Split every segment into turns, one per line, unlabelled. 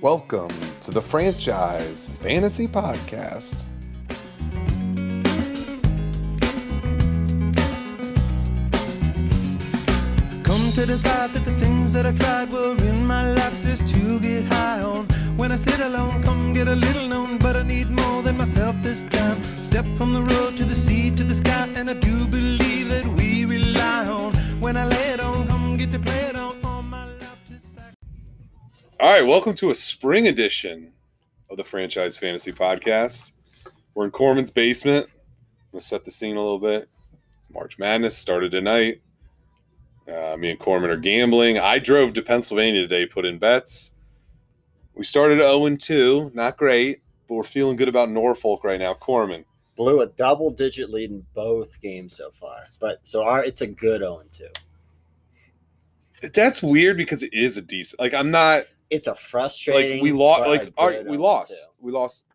Welcome to the Franchise Fantasy Podcast.
Come to decide that the things that I tried were in my life just to get high on. When I sit alone, come get a little known, but I need more than myself this time. Step from the road to the sea to the sky, and I do believe that we rely on. When I lay it on, come get to play it on. all my life to sac-
All right, welcome to a spring edition of the Franchise Fantasy Podcast. We're in Corman's basement. I'm gonna set the scene a little bit. It's March Madness started tonight. Uh, me and Corman are gambling. I drove to Pennsylvania today, put in bets. We started 0 2, not great, but we're feeling good about Norfolk right now. Corman,
blew a double digit lead in both games so far. But so our it's a good 0 2.
that's weird because it is a decent. Like I'm not.
It's a frustrating.
like we lost
but
like
a
all
good
right, we
0-2.
lost we lost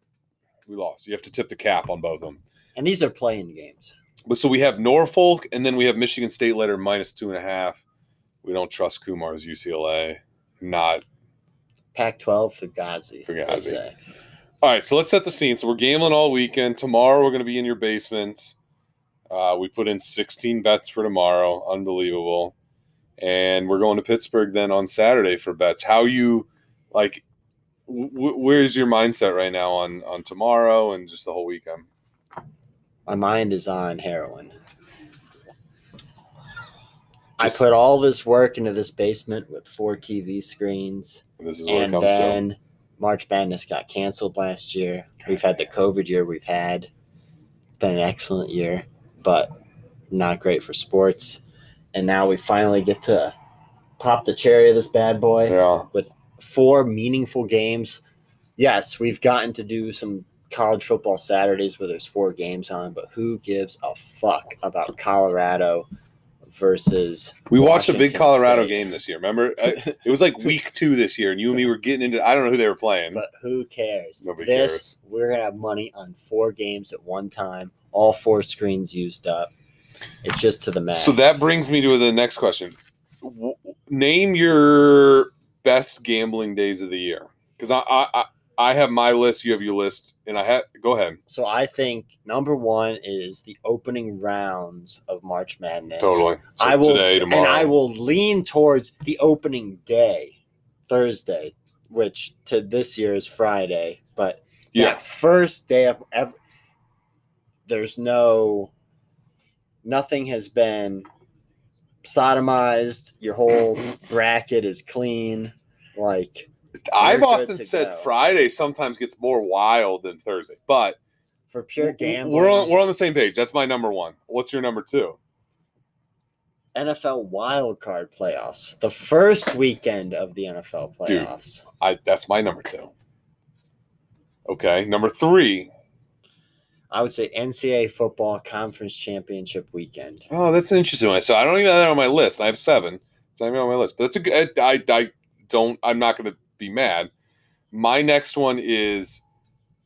we lost you have to tip the cap on both of them
And these are playing games.
but so we have norfolk and then we have michigan state later minus two and a half we don't trust kumar's ucla not
Pac 12
Fugazi.
Fugazi. Fugazi. Say.
all right so let's set the scene so we're gambling all weekend tomorrow we're going to be in your basement uh, we put in 16 bets for tomorrow unbelievable and we're going to pittsburgh then on saturday for bets how you like w- w- where's your mindset right now on on tomorrow and just the whole weekend
My mind is on heroin. I
Just-
put all this work into this basement with four TV screens.
This is what it
And
comes to.
then March Madness got canceled last year. We've had the COVID year we've had. It's been an excellent year, but not great for sports. And now we finally get to pop the cherry of this bad boy.
Yeah.
Four meaningful games. Yes, we've gotten to do some college football Saturdays where there's four games on, but who gives a fuck about Colorado versus
We watched a big
Washington
Colorado
State.
game this year. Remember? I- it was like week two this year, and you and me were getting into I don't know who they were playing.
But who cares?
Nobody
this
cares.
we're gonna have money on four games at one time, all four screens used up. It's just to the max.
so that brings me to the next question. W- name your best gambling days of the year. Because I, I I I have my list, you have your list, and I have go ahead.
so I think number one is the opening rounds of March Madness.
Totally. So
I will
today, tomorrow.
and I will lean towards the opening day, Thursday, which to this year is Friday, but
yeah.
that first day of ever there's no nothing has been sodomized your whole bracket is clean like
I've
we're good
often
to
said
go.
Friday sometimes gets more wild than Thursday. But
for pure gambling
we're on we're on the same page. That's my number one. What's your number two?
nfl wild card playoffs the first weekend of the nfl
Dude.
playoffs
I that's my number two. Okay, number three.
i would say ncaa football conference championship weekend
Oh, that's an interesting. One. So I don't even have that on my list. I have seven. It's not even on my list, but that's a good. I I, I don't. I'm not going to be mad. My next one is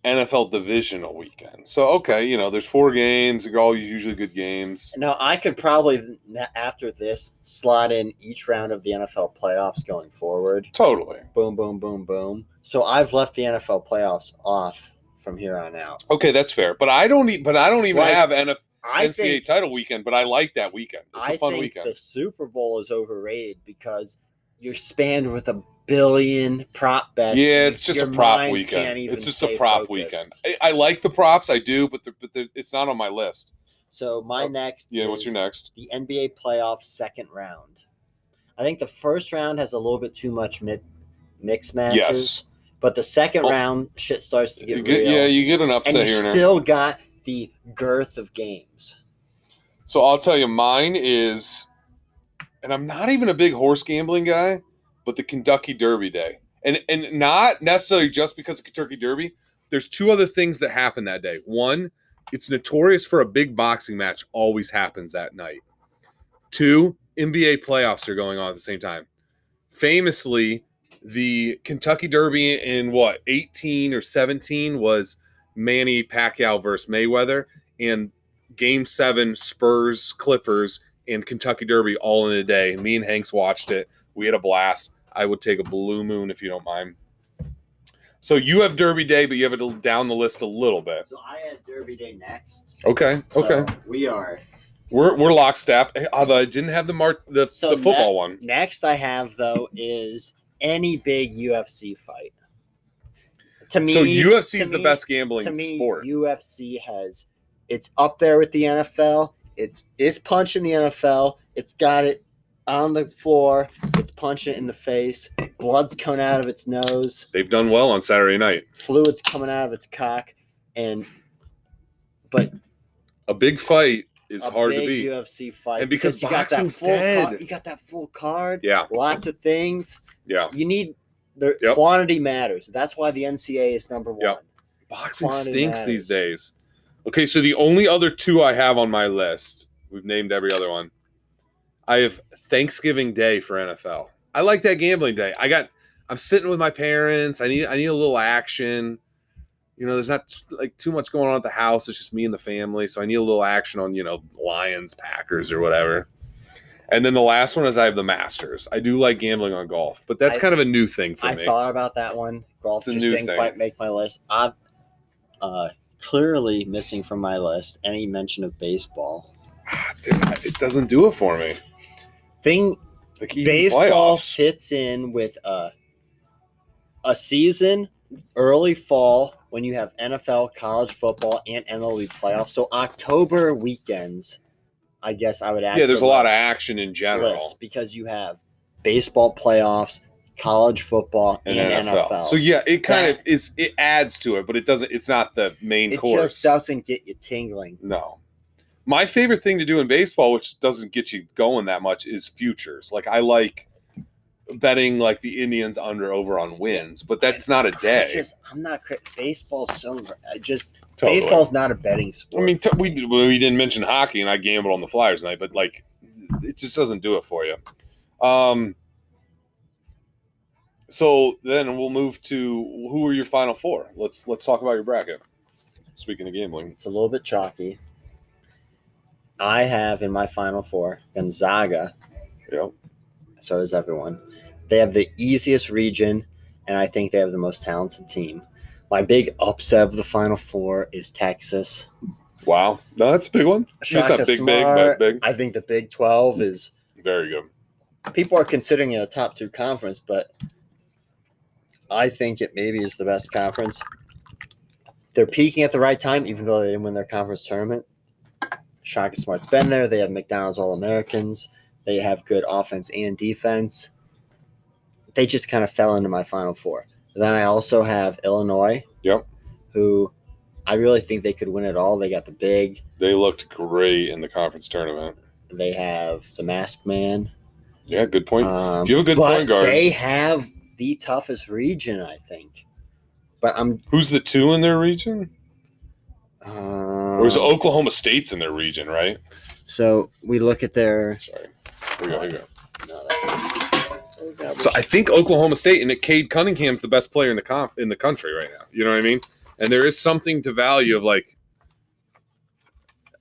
NFL divisional weekend. So okay, you know, there's four games. They're all usually good games.
now i could probably n- after this slot in each round of the nfl playoffs going forward
Totally.
boom, boom, boom, boom. So I've left the NFL playoffs off from here on out.
Okay, that's fair. But I don't. e- But I don't even
Like,
have NF,
I
NCAA
think
title weekend. But I like that weekend. It's a
I
fun
think
weekend.
the Super Bowl is overrated because you're spanned with a billion prop bets.
Yeah,
and
it's just a
your
prop
mind
weekend.
can't even
It's just a
stay
prop
focused.
weekend. I, I like the props, I do, but the, but the, it's not on my list.
So my
Oh,
next,
Yeah, what's your
is
next?
The NBA playoff second round. I think the first round has a little bit too much mi- mix matches.
Yes,
But the second
Oh.
round, shit starts to
you
get
get,
real.
yeah, you get an
and
upset
you
here and there.
still got the girth of games.
So I'll tell you, mine is, and I'm not even a big horse gambling guy, but the Kentucky Derby day, and and not necessarily just because of Kentucky Derby. There's two other things that happen that day. One, it's notorious for a big boxing match always happens that night. Two, NBA playoffs are going on at the same time. Famously, the Kentucky Derby in what 18 or 17 was Manny Pacquiao versus Mayweather, and Game Seven Spurs Clippers and Kentucky Derby all in a day. Me and Hanks watched it. We had a blast. I would take a blue moon if you don't mind. So you have Derby Day, but you have it down the list a little bit.
So I have Derby Day next.
Okay,
So
okay.
we are
We're we're lockstep. Eh, Although I didn't have the mark the,
So
the football
that-
one.
next. I have though is any big UFC fight. To me,
so UFC is
to
the
me-
best gambling
to me,
sport.
UFC has it's up there with the NFL. It's it's punching the NFL. It's got it on the floor. It's punching it in the face. Blood's coming out of its nose.
They've done well on Saturday night.
Fluids coming out of its cock. And but
A big fight is
a
hard
big
to beat.
UFC fight
And because boxing's
you got that full
dead.
Card, you got that full card.
Yeah,
Lots of things.
yeah.
You need the
Yep.
quantity matters. That's why the NCAA is number one.
Yep. Boxing
Quantity
stinks these
matters.
days. Okay, so the only other two I have on my list, we've named every other one. I have Thanksgiving Day for NFL. I like that gambling day. I got I'm sitting with my parents. I need I need a little action. You know, there's not like too much going on at the house. It's just me and the family, so I need a little action on, you know, Lions, Packers or whatever. And then the last one is I have the Masters. I do like gambling on golf, but that's
I-
kind of a new thing for
I
me.
thought about that one. Golf
It's a
just
new
didn't
thing.
quite make my list. I'm uh, clearly missing from my list any mention of baseball.
Ah, Dude, I- it doesn't do it for me.
Thing
Like even
baseball
playoffs.
fits in with a a season early fall when you have NFL, college football, and MLB playoffs. So October weekends, I guess I would add.
yeah,
to
there's a
the
lot of action in general
list because you have baseball playoffs, college football,
in
and,
NFL.
NFL.
So yeah, it kind
That-
of is. It adds to it, but it doesn't. It's not the main
it
course.
just doesn't get you tingling.
no. My favorite thing to do in baseball, which doesn't get you going that much, is futures. Like I like betting like the Indians under over on wins, but that's not a
I
day.
just I'm not cra- baseball's so I just
Totally.
baseball's not a betting
I
sport.
mean, t- we we didn't mention hockey, and I gambled on the Flyers tonight, but like, it just doesn't do it for you. Um. So then we'll move to who are your final four? Let's let's talk about your bracket. Speaking of gambling,
it's a little bit chalky. I have in my final four Gonzaga.
yeah,
So does everyone. They have the easiest region, and I think they have the most talented team. My big upset of the final four is Texas.
wow, no, that's a big one. It's not
Shaka
big, big, but
Smart,
big.
I think the Big Twelve is
Very good.
people are considering it a top two conference, but I think it maybe is the best conference. They're peaking at the right time, even though they didn't win their conference tournament. Shaka Smart's been there. They have McDonald's All Americans. They have good offense and defense. They just kind of fell into my final four. Then I also have Illinois.
Yep.
Who I really think they could win it all. They got the big.
They looked great in the conference tournament.
They have the masked man.
Yeah, good point.
Um,
If you have a good
but
point guard-
They have the toughest region, I think. But I'm.
Who's the two in their region?
Uh,
Or is Oklahoma State's in their region? Right.
so we look at their.
Sorry. Here we go. Here we go.
No, that- oh, God,
So I think Oklahoma State and Cade Cunningham's the best player in the comp in the country right now. You know what I mean? And there is something to value of like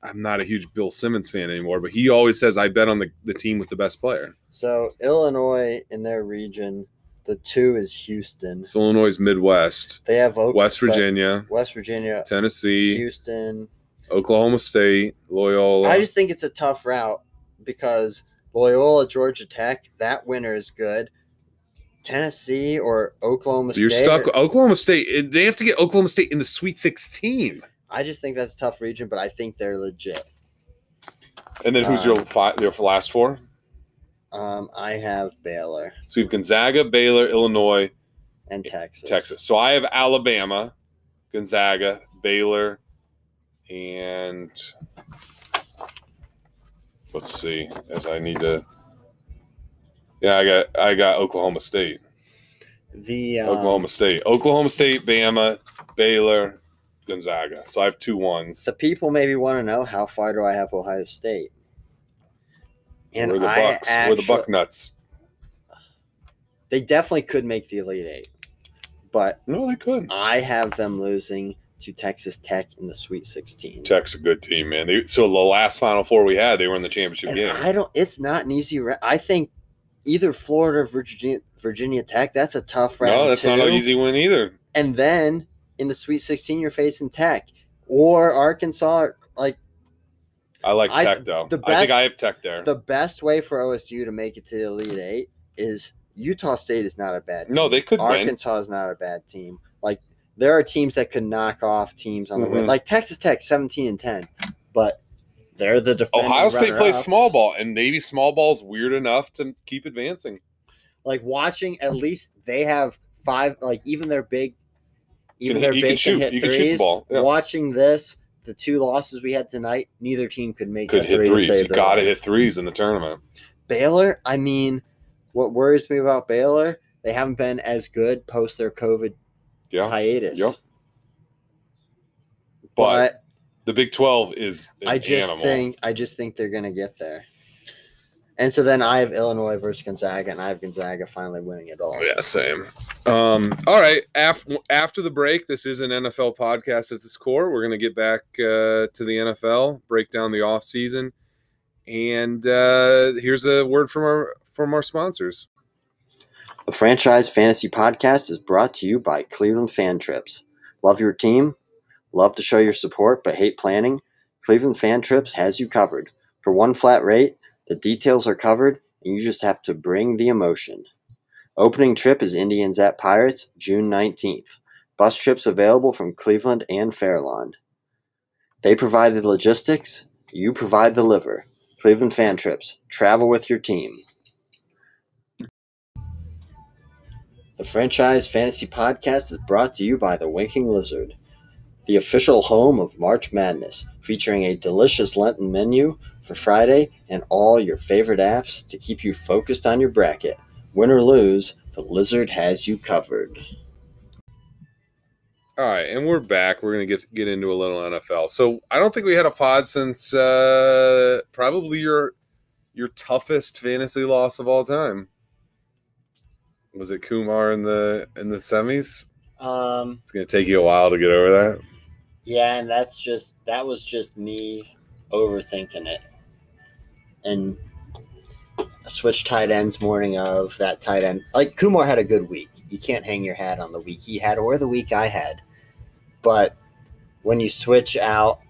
I'm not a huge Bill Simmons fan anymore, but he always says I bet on the, the team with the best player.
so Illinois in their region, the two is Houston.
It's Illinois Midwest,
They have Oak,
West
but
Virginia,
West Virginia,
Tennessee,
Houston.
Oklahoma State, Loyola.
I just think it's a tough route because Loyola, Georgia Tech, that winner is good. Tennessee or Oklahoma
you're
State.
stuck. Oklahoma State. it- They have to get Oklahoma State in the Sweet 16.
I just think that's a tough region, but I think they're legit.
And then who's your
Uh,
fi- your last four?
Um, I have Baylor
So you've Gonzaga, Baylor, Illinois,
and Texas.
Texas. So I have Alabama, Gonzaga, Baylor, and let's see. As I need to, yeah, I got I got Oklahoma State,
The um,
Oklahoma State, Oklahoma State, Bama, Baylor, Gonzaga. So I have two ones.
So people maybe want to know how far do I have Ohio State? And
We're the
I
Bucks. We're the
actu-
Buck nuts.
They definitely could make the Elite Eight, but
No, they could.
I have them losing to Texas Tech in the Sweet Sixteen.
Tech's a good team, man. They, so the last Final Four we had, they were in the championship
And
game.
I don't. It's not an easy. Ra- I think either Florida, or Virginia, Virginia Tech. That's a tough round.
no, that's not
too.
an easy win either.
and then in the Sweet 16, you're facing Tech or Arkansas. Like
I like
I-
Tech though.
the
I
best-
think I have Tech there.
the best way for OSU to make it to the Elite Eight is Utah State is not a bad team.
no, they could win.
Arkansas is not a bad team. Like there are teams that could knock off teams on the win,
Mhm.
like Texas Tech, seventeen and ten, but they're the defending.
Ohio State plays
runner-ups.
small ball, and maybe small ball's weird enough to keep advancing.
Like watching, at least they have five. Like even their big,
You
even
can,
their
hit- you
big
can shoot.
hit
You can
threes.
shoot the ball. Yeah.
Watching this, the two losses we had tonight, neither team could make
Could
a
hit
three To
threes.
save
You
their
got to
life.
hit threes in the tournament.
Baylor, I mean, what worries me about Baylor, they haven't been as good post their COVID
Yeah,
hiatus.
Yep. but
But,
the Big Twelve is an
I just
animal.
think I just think they're gonna get there. And so then I have Illinois versus Gonzaga, and I have Gonzaga finally winning it all.
Oh, yeah, same. Um, all right. After after the break, this is an NFL podcast at its core. We're going to get back uh, to the NFL, break down the off season, and uh, here's a word from our from our sponsors.
The Franchise Fantasy Podcast is brought to you by Cleveland Fan Trips. Love your team? Love to show your support but hate planning? Cleveland Fan Trips has you covered. For one flat rate, the details are covered and you just have to bring the emotion. Opening trip is Indians at Pirates, June 19th. Bus trips available from Cleveland and Fairlawn. They provide the logistics, you provide the liver. Cleveland Fan Trips. Travel with your team. The Franchise Fantasy Podcast is brought to you by The Winking Lizard, the official home of March Madness, featuring a delicious Lenten menu for Friday and all your favorite apps to keep you focused on your bracket. Win or lose, the lizard has you covered.
All right, and we're back. We're going to get get into a little NFL. So I don't think we had a pod since uh, probably your your toughest fantasy loss of all time. Was it Kumar in the in the semis?
Um,
It's going to take you a while to get over that.
yeah, and that's just that was just me overthinking it. And I switched tight ends morning of that tight end. Like Kumar had a good week. You can't hang your hat on the week he had or the week I had. But when you switch out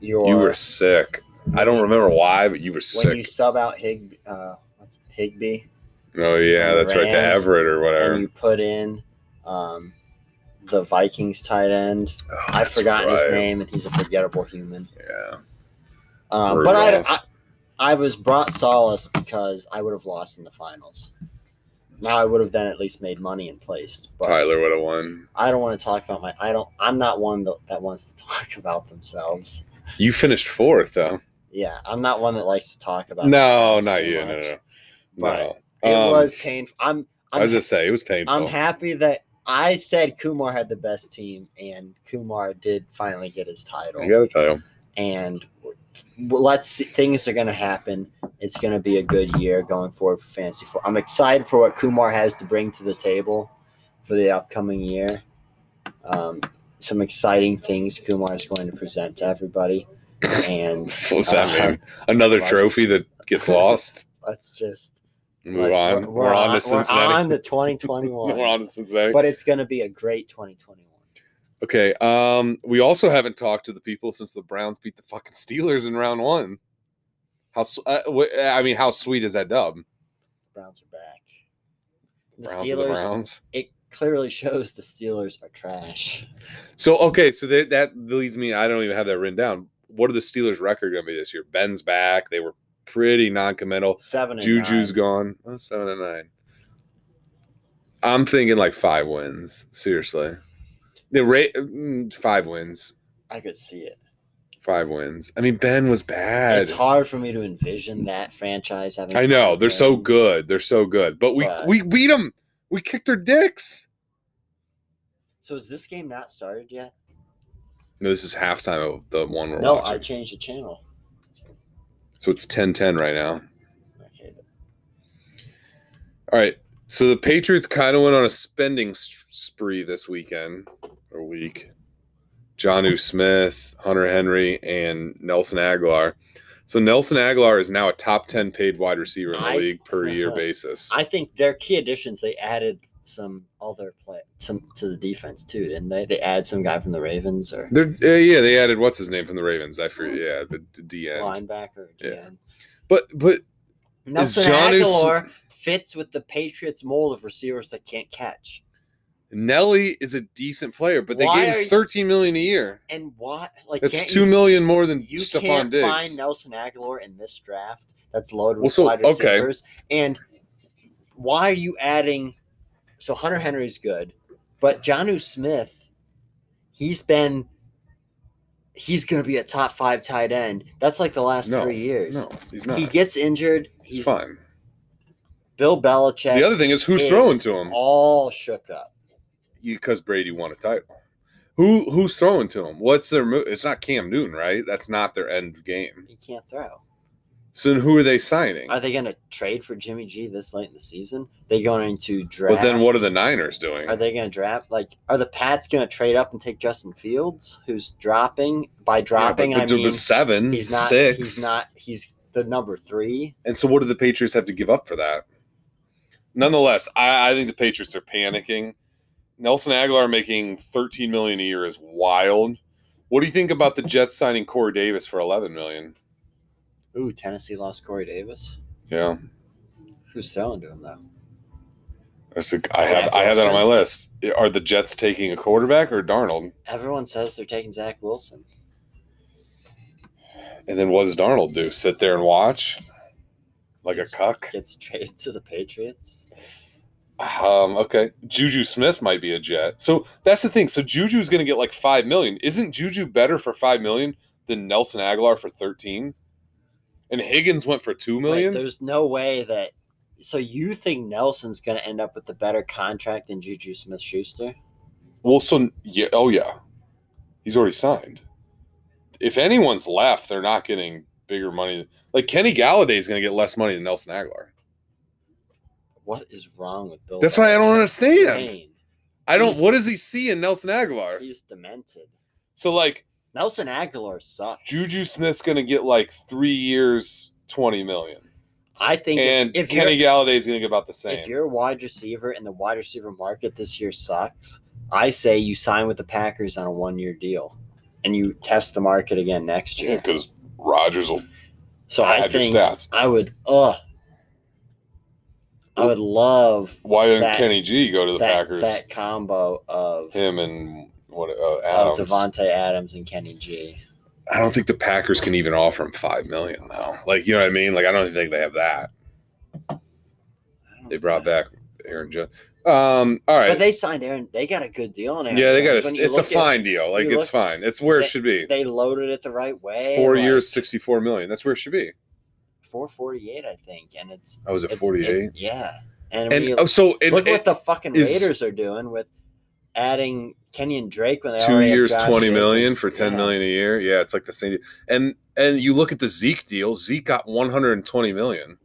your
You were sick. I don't remember why, but you were
when you
sick.
sub out Hig uh what's Higby
oh yeah,
when you
that's right. To
ran
Everett or whatever.
and you put in um the Vikings tight end.
Oh,
I've
that's
forgotten his
right.
name and he's a forgettable human.
Yeah.
Um, but I,
Rudolph.
I, I was brought solace because I would have lost in the finals. Now I would have then at least made money and placed. But
Tyler would have won.
I don't want to talk about my. I don't. I'm not one that, that wants to talk about themselves.
You finished fourth though.
Yeah, I'm not one that likes to talk about.
No,
themselves
not
too
you.
much.
No, no,
But
no. no.
It
Um,
was painful. I'm.
I was
I'm,
just say it was painful.
I'm happy that I said Kumar had the best team, and Kumar did finally get his title.
I gotta tell you.
and well, let's see, things are going to happen. It's going to be a good year going forward for fantasy football. I'm excited for what Kumar has to bring to the table for the upcoming year. Um, some exciting things Kumar is going to present to everybody, and
What's that
Uh,
mean? Another
but-
trophy that gets lost.
let's just
Move
let-
on. We're, on, to Cincinnati.
We're on to 2021,
We're on to Cincinnati.
but it's going to be a great 2021.
Okay. Um, we also haven't talked to the people since the Browns beat the fucking Steelers in round one. How? s- Uh, wh- I mean, how sweet is that dub?
Browns are back. The
Browns are the
Steelers.
Browns.
it clearly shows the Steelers are trash.
So okay, so that that leads me. I don't even have that written down. What are the Steelers' record going to be this year? Ben's back. They were pretty non-committal.
Seven. And
Juju's
nine.
gone. Oh, seven and nine. I'm thinking like five wins. Seriously, the rate five wins.
I could see it.
Five wins. I mean, Ben was bad.
It's hard for me to envision that franchise having.
I know
five
they're so
wins.
good. They're so good. But we
But-
we beat them. We kicked their dicks.
So is this game not started yet?
No, this is halftime of the one we're
no, I
watching.
changed the channel.
So it's 10-10 right now.
Okay.
All right. So the Patriots kind of went on a spending s- spree this weekend or week. Johnu Smith, Hunter Henry, and Nelson Aguilar. So Nelson Aguilar is now a top ten paid wide receiver in the
I-
league per year
Uh-huh.
basis.
I think their key additions they added some other play some to the defense too, didn't they? They add some guy from the Ravens or
They're, uh, yeah, they added what's his name from the Ravens. I forget. Yeah, the, the DN.
linebacker
Yeah.
again.
But but
Nelson
John is-
Aguilar fits with the Patriots mold of receivers that can't catch.
Nelly is a decent player, but they
Why
gave
are
him
you-
thirteen million a year.
And why like
That's
can't
two
you,
million more than
you
Stephon
can't find
Diggs.
Nelson Aguilar in this draft that's loaded
Well,
with
so-
wide
okay.
receivers. And why are you adding so Hunter Henry's good, but Johnu Smith, he's been he's gonna be a top five tight end. That's like the last
No,
three years.
no, he's not.
He gets injured.
he's
He's
fine.
Bill Belichick.
The other thing is who's
is
throwing to him
All shook up.
because Brady won a title. Who who's throwing to him? What's their move? It's not Cam Newton, right? That's not their end game.
He can't throw.
So then who are they signing?
Are they going to trade for Jimmy G this late in the season? They going to draft?
But then what are the Niners doing?
Are they going to draft? Like, are the Pats going to trade up and take Justin Fields, who's dropping? By
Yeah,
dropping,
but
I
there
mean
was seven,
he's not.
six.
He's not. He's the number three.
And so, what do the Patriots have to give up for that? Nonetheless, I, I think the Patriots are panicking. Nelson Aguilar making thirteen million a year is wild. What do you think about the Jets signing Corey Davis for eleven million?
Ooh, Tennessee lost Corey Davis.
Yeah,
Who's throwing to him though?
that's a, I
Zach
have I have that on my
Wilson.
list. Are the Jets taking a quarterback or Darnold?
Everyone says they're taking Zach Wilson.
And then what does Darnold do? Sit there and watch like a
He's-
cuck?
Gets traded to the Patriots.
Um, okay, Juju Smith might be a Jet. So that's the thing. So Juju's going to get like five million. Isn't Juju better for five million than Nelson Aguilar for thirteen? And Higgins went for two
Wait,
million.
there's no way that. So you think Nelson's going to end up with the better contract than Juju Smith-Schuster?
well, so yeah, oh yeah, he's already signed. If anyone's left, they're not getting bigger money. Like Kenny Galladay is going to get less money than Nelson Aguilar.
What is wrong with Bill?
That's what I don't
Belichick's
understand.
brain?
I don't.
He's-
What does he see in Nelson Aguilar?
He's demented.
So like,
Nelson Aguilar sucks.
Juju Smith's going to get like three years, twenty million,
I think if-
and
if,
Kenny
you're,
Galladay's going to get about the
if
same.
you're a wide receiver and the wide receiver market this year sucks, I say you sign with the Packers on a one year deal, and you test the market again next year.
because Rogers will
So I
add your
think
stats.
I would. Ugh. I would love
Why didn't
that-
Kenny G go to the
that,
Packers?
that Oh, combo of,
Him and what uh,
of
Adams?
Devontae Adams and Kenny G.
I don't think the Packers can even offer him five million now. Like you know what I mean? Like I don't think they have that.
I don't
They
know.
brought back Aaron Jones. Um, all right.
But they signed Aaron. They got a good deal on Aaron.
yeah, they
Jones.
got
When
a,
you
it's a
look at-
fine deal. Like
you
it's
look-
fine. It's where it
they-
should be.
They loaded it the right way.
It's four
like,
years, sixty-four million. That's where it should be.
448, I think, and it's
I was at
it's-
forty-eight.
it's- Yeah, and,
And
we,
oh, so and,
look
and-
what the fucking
is-
Raiders are doing with adding Kenny and Drake when they
two
already have
years,
Josh
twenty million
Jacobs.
for ten
Yeah.
million a year. Yeah, it's like the same. And and you look at the Zeke deal. Zeke got one hundred and twenty million,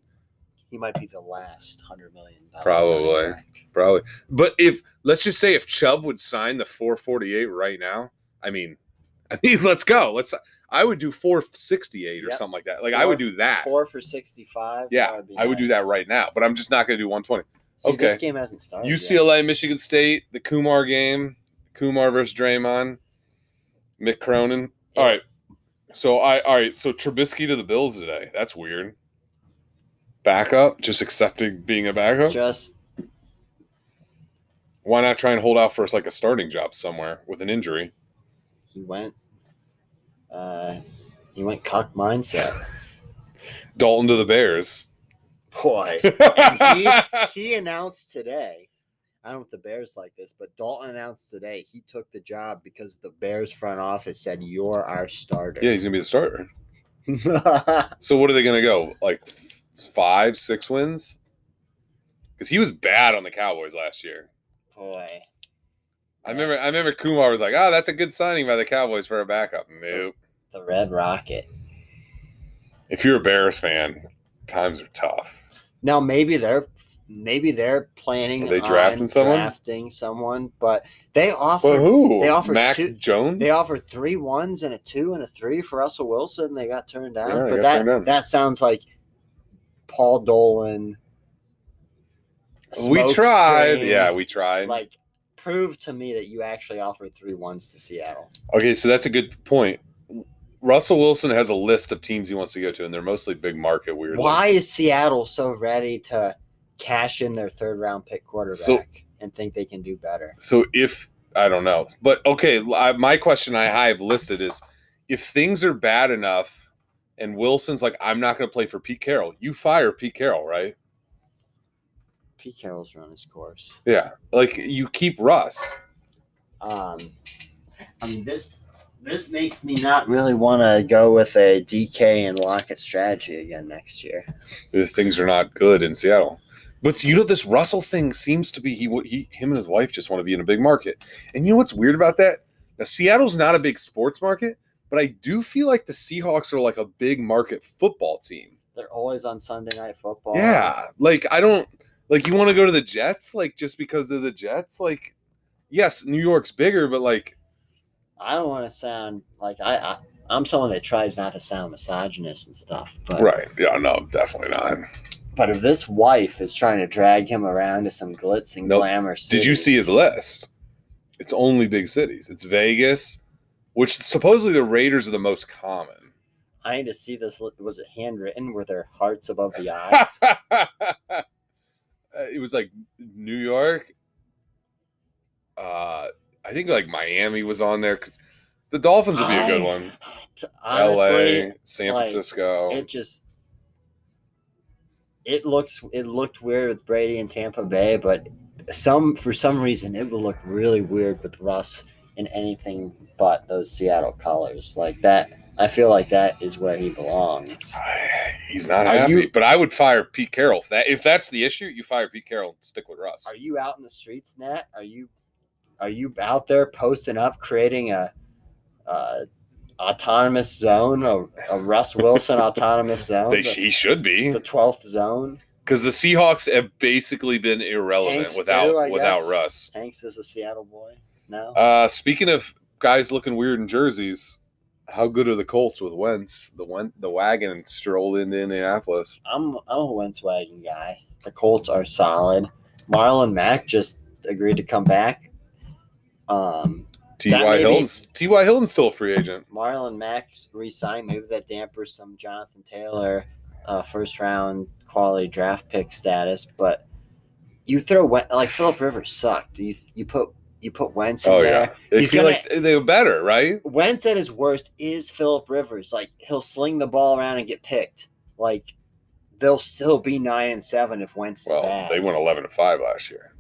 He might be the last hundred million. dollar
Probably.
running back.
probably. But if let's just say if Chubb would sign the four forty eight right now, I mean, I mean, let's go. Let's. I would do four sixty eight or
Yep.
something like that. Like I would
Four-
do that.
Four for sixty-five.
Ah. yeah,
that would be
I would do
nice.
that right now. But I'm just not going to do one twenty.
See,
Okay.
This game hasn't started. yet.
UCLA, Michigan State, the Kumar game, Kumar versus Draymond, Mick Cronin. All
Yeah.
right. So I all right. So Trubisky to the Bills today. That's weird. Backup, just accepting being a backup.
Just
Why not try and hold out for us like a starting job somewhere with an injury?
he went. Uh, he went cock mindset.
Dalton to the Bears.
Boy. he announced today. I don't know if the Bears like this, but Dalton announced today he took the job because the Bears front office said you're our starter.
yeah, he's gonna be the starter. So what are they gonna go like five, six wins? Because he was bad on the Cowboys last year.
Boy,
I remember I remember Kumar was like, "Oh, that's a good signing by the Cowboys for a backup." Nope.
the Red Rocket.
If you're a Bears fan, times are tough.
Now maybe they're maybe they're planning
Are they
on
drafting someone?
drafting someone, but they offer
But who?
they offered
Mac
two-
Jones?
they offer three ones and a two and a three for Russell Wilson. They got turned down,
Yeah, they
but
got
that
turned down.
that sounds like Paul Dolan
we
smoke
tried.
screen.
Yeah, we tried.
Like, prove to me that you actually offered three ones to Seattle.
Okay, so that's a good point. Russell Wilson has a list of teams he wants to go to, and they're mostly big market. Weird.
Why is Seattle so ready to cash in their third round pick quarterback
So-
and think they can do better?
So if I don't know, but okay, I, my question I have listed is if things are bad enough, and Wilson's like, I'm not going to play for Pete Carroll. You fire Pete Carroll, right?
Pete Carroll's run his course.
Yeah. Like you keep Russ.
Um, I mean this this makes me not really want to go with a DK and Lockett strategy again next year.
If things are not good in Seattle. But you know this Russell thing seems to be he wa- he him and his wife just want to be in a big market. And you know what's weird about that? Now Seattle's not a big sports market, but I do feel like the Seahawks are like a big market football team.
They're always on Sunday night football.
Yeah. Like I don't like you want to go to the Jets like just because they're the Jets like yes, New York's bigger but like
I don't want to sound like I, I I'm someone that tries not to sound misogynist and stuff, but
right. Yeah, no, definitely not.
but if this wife is trying to drag him around to some glitz and
Nope.
glamour,
Did you see
cities-
his list? It's only big cities. It's Vegas, which supposedly the Raiders are the most common.
I need to see this. li- Was it handwritten? Were there hearts above the eyes?
Uh, it was like New York. Uh, I think like Miami was on there because the Dolphins would be a good
I-
one.
T- Honestly,
LA, San
like,
Francisco.
it just it looks it looked weird with Brady and Tampa Bay, but some for some reason it would look really weird with Russ in anything but those Seattle colors. Like that, I feel like that is where he belongs.
He's not
Are
happy,
you-
but I would fire Pete Carroll. If, that, if that's the issue, you fire Pete Carroll and stick with Russ.
Are you out in the streets, Nat? Are you are you out there posting up, creating a, a autonomous zone, a, a Russ Wilson autonomous zone,
They,
the-
he should be.
the twelfth zone?
because the Seahawks have basically been irrelevant
Hanks
without
too, I
without
guess.
Russ.
Hanks is a Seattle boy. No,
Uh, speaking of guys looking weird in jerseys, how good are the Colts with Wentz? The wen- the wagon strolled into Indianapolis.
I'm I'm a Wentz wagon guy. The Colts are solid. Marlon Mack just agreed to come back. Um,
T.Y.
may be-
Hilton's T.Y. Hilton's still a free agent.
Marlon Mack re-signed. Maybe that dampers some Jonathan Taylor uh, first round quality draft pick status. But you throw Wen- like Philip Rivers sucked. You you put you put Wentz in
Oh
there.
yeah, they
He's
feel
gonna-
like they were better, right?
Wentz at his worst is Philip Rivers. Like he'll sling the ball around and get picked. Like they'll still be nine and seven if Wentz is
Well,
bad.
they went eleven and five last year,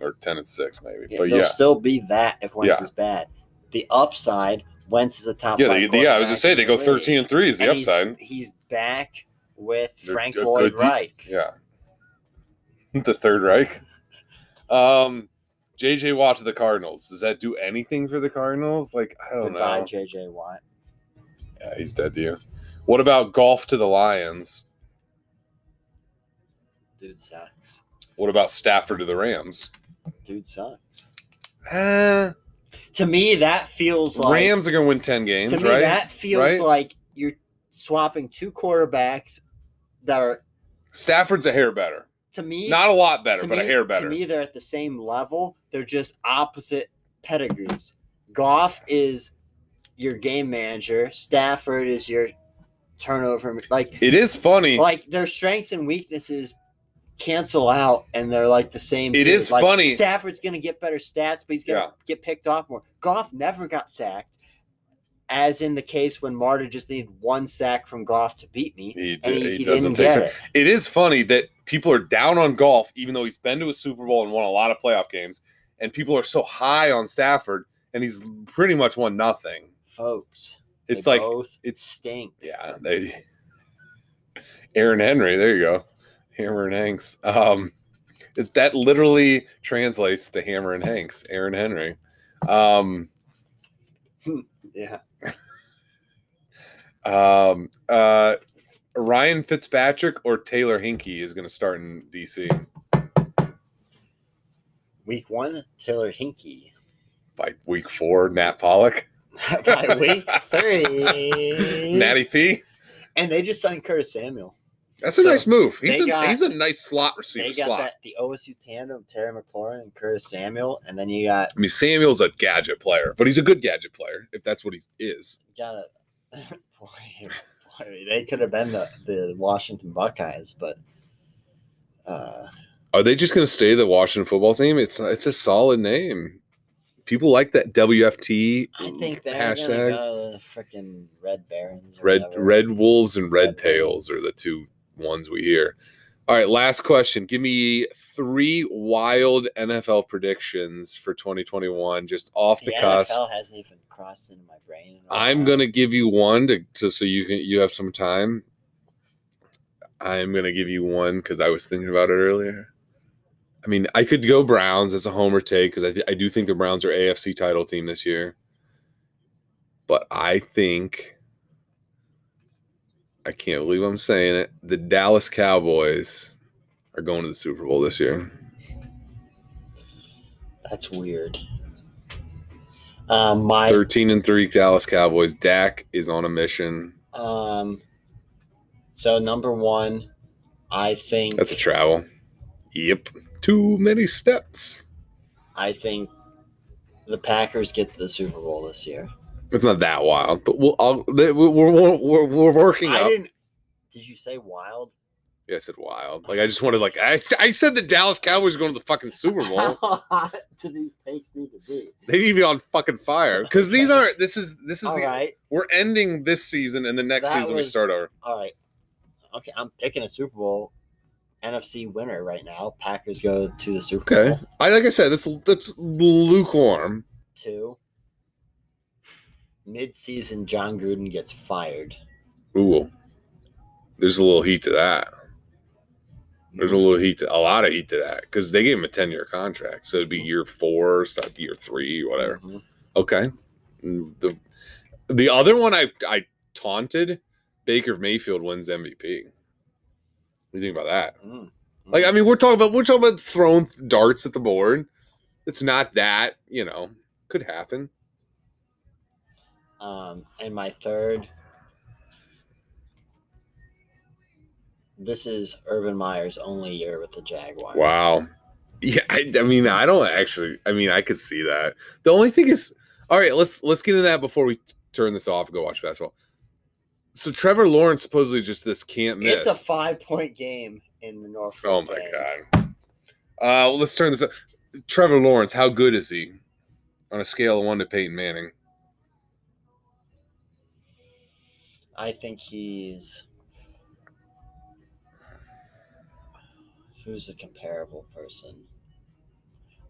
or ten and six maybe.
Yeah,
but
they'll
yeah,
still be that if Wentz
Yeah.
is bad. The upside, Wentz is a top.
yeah,
five
they, they- yeah. I was
quarterback
just say
in
they
the
go
league.
thirteen and three is the
And he's-
upside.
He's, back with
They're
Frank
a good
Lloyd
de-
Reich.
Yeah. the Third Reich. Um, JJ Watt to the Cardinals. Does that do anything for the Cardinals? Like, I don't
Goodbye,
know.
JJ Watt.
Yeah, he's dead to you. What about golf to the Lions?
Dude sucks.
What about Stafford to the Rams?
Dude sucks.
Eh,
To me, that feels like
Rams are going to win 10 games,
to me
right?
that feels
Right?
like you're swapping two quarterbacks that are
Stafford's a hair better.
to me
Not a lot better,
to
but
me,
a hair
To
better.
me, they're at the same level. They're just opposite pedigrees. Goff is your game manager. Stafford is your turnover. Like,
it is funny.
like their strengths and weaknesses cancel out, and they're like the same.
It
It is
is funny.
Stafford's gonna get better stats, but he's gonna
Yeah.
get picked off more. Goff never got sacked, as in the case when Marta just needed one sack from Goff to beat me,
he,
and
he
he, he
doesn't
didn't
take
get
some-
it.
it is funny that people are down on golf, even though he's been to a Super Bowl and won a lot of playoff games, and people are so high on Stafford, and he's pretty much won nothing.
Folks, they
It's like
both
it's
stink.
yeah, they Aaron Henry, there you go. Hammer and Hanks. Um it- that literally translates to Hammer and Hanks, Aaron Henry. Um
Yeah.
um uh Ryan Fitzpatrick or Taylor Hinkie is going to start in DC
Week one, Taylor Hinkie.
by week 4, Nat Pollock.
By week three,
Natty P.
and they just signed Curtis Samuel.
That's a
So,
nice move. He's
they
a
got-
he's a nice slot receiver.
They got
Slot.
that the OSU tandem, Terry McLaurin and Curtis Samuel, and then you got
I mean, Samuel's a gadget player, but he's a good gadget player if that's what he is.
you got a boy, boy, they could have been the, the Washington Buckeyes, but uh,
Are they just going to stay the Washington football team? It's it's a solid name. People like that WFT
I think they're
hashtag.
gonna go to the freaking Red Barons. Or
Red
whatever.
Red Wolves and Red,
Red
Tails
Wolves.
are the two ones we hear. All right, last question. Give me three wild NFL predictions for 2021, just off the
The
cusp.
NFL hasn't even crossed into my brain. in a
I'm
while.
gonna give you one to, to so you can you have some time. I'm gonna give you one because I was thinking about it earlier. I mean, I could go Browns as a homer take because I, th- I do think the Browns are AFC title team this year. But I think I can't believe I'm saying it. The Dallas Cowboys are going to the Super Bowl this year.
That's weird. Um, my
13 and 3 Dallas Cowboys. Dak is on a mission.
um, so number one, I think
That's a travel. Yep. Too many steps.
I think the Packers get to the Super Bowl this year.
It's not that wild, but we'll, I'll, th- we're, we're, we're, we're working
I
up.
didn't. Did you say wild?
Yeah, I said wild. Like, I just wanted, like, I, I said the Dallas Cowboys are going to the fucking Super
How
Bowl.
hot do these takes need to be?
they need to be on fucking fire. Because these
Okay.
aren't, this is, this is,
All
the,
right,
we're ending this season and the next
That
season we
was-
start over.
all right, okay. I'm picking a Super Bowl NFC winner right now. Packers go to the Super
Okay.
Bowl
I, like I said, that's, that's lukewarm.
two. Mid-season, John Gruden gets fired.
Ooh. There's a little heat to that. There's a little heat, to, a lot of heat to that because they gave him a 10 year contract. So it'd be year four, so it'd be year three, whatever.
Mhm.
Okay. The, the other one I, I taunted Baker Mayfield wins MVP. What do you think about that?
Mm.
Like, I mean, we're talking about, we're talking about throwing darts at the board. It's not that, you know, could happen.
Um, and my third, this is Urban Meyer's only year with the Jaguars.
Wow. Yeah, I, I mean, I don't actually. I mean, I could see that. The only thing is, all right, let's let's get into that before we turn this off and go watch basketball. So Trevor Lawrence supposedly just this can't miss.
It's a five point game in the North.
oh my god. Uh, well, let's turn this. up. Trevor Lawrence, how good is he on a scale of one to Peyton Manning?
I think he's. Who's a comparable person?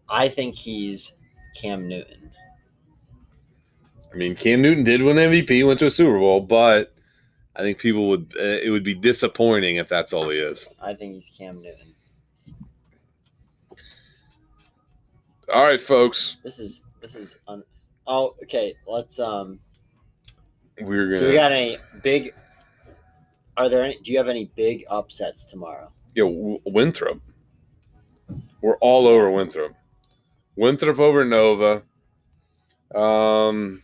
I think he's Cam Newton.
I mean, Cam Newton did win MVP, went to a Super Bowl, but I think people would uh, it would be disappointing if that's all he is.
I think he's Cam Newton.
All right, folks,
This is this is un- oh okay. Let's um.
we're gonna.
Do we got any big? Are there any? Do you have any big upsets tomorrow?
Yeah, W- Winthrop. We're all over Winthrop. Winthrop over Nova. Um.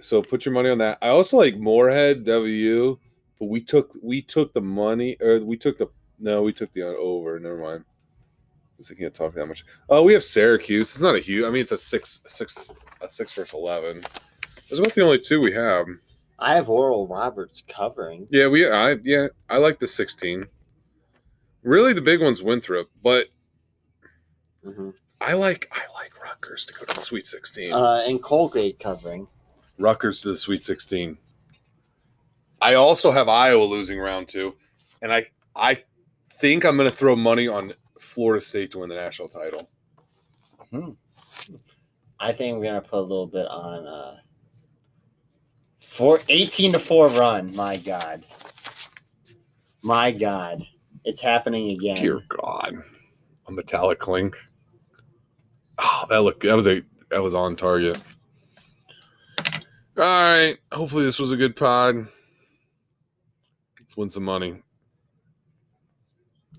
So put your money on that. I also like Moorhead W, but we took we took the money or we took the no we took the over. Never mind. Because I can't talk that much. Oh, we have Syracuse. It's not a huge. I mean, it's a six six a six versus eleven. It's about the only two we have.
I have Oral Roberts covering.
Yeah, we I yeah, I like the 16. Really the big one's Winthrop, but I like I like Rutgers to go to the Sweet 16.
Uh, and Colgate covering.
Rutgers to the Sweet 16. I also have Iowa losing round 2, and I I think I'm going to throw money on Florida State to win the national title.
I think we're gonna put a little bit on uh, four, 18 to four run. My God, my God, it's happening again.
Dear god. A metallic clink. Oh, that looked that was a that was on target. All right. Hopefully this was a good pod. Let's win some money.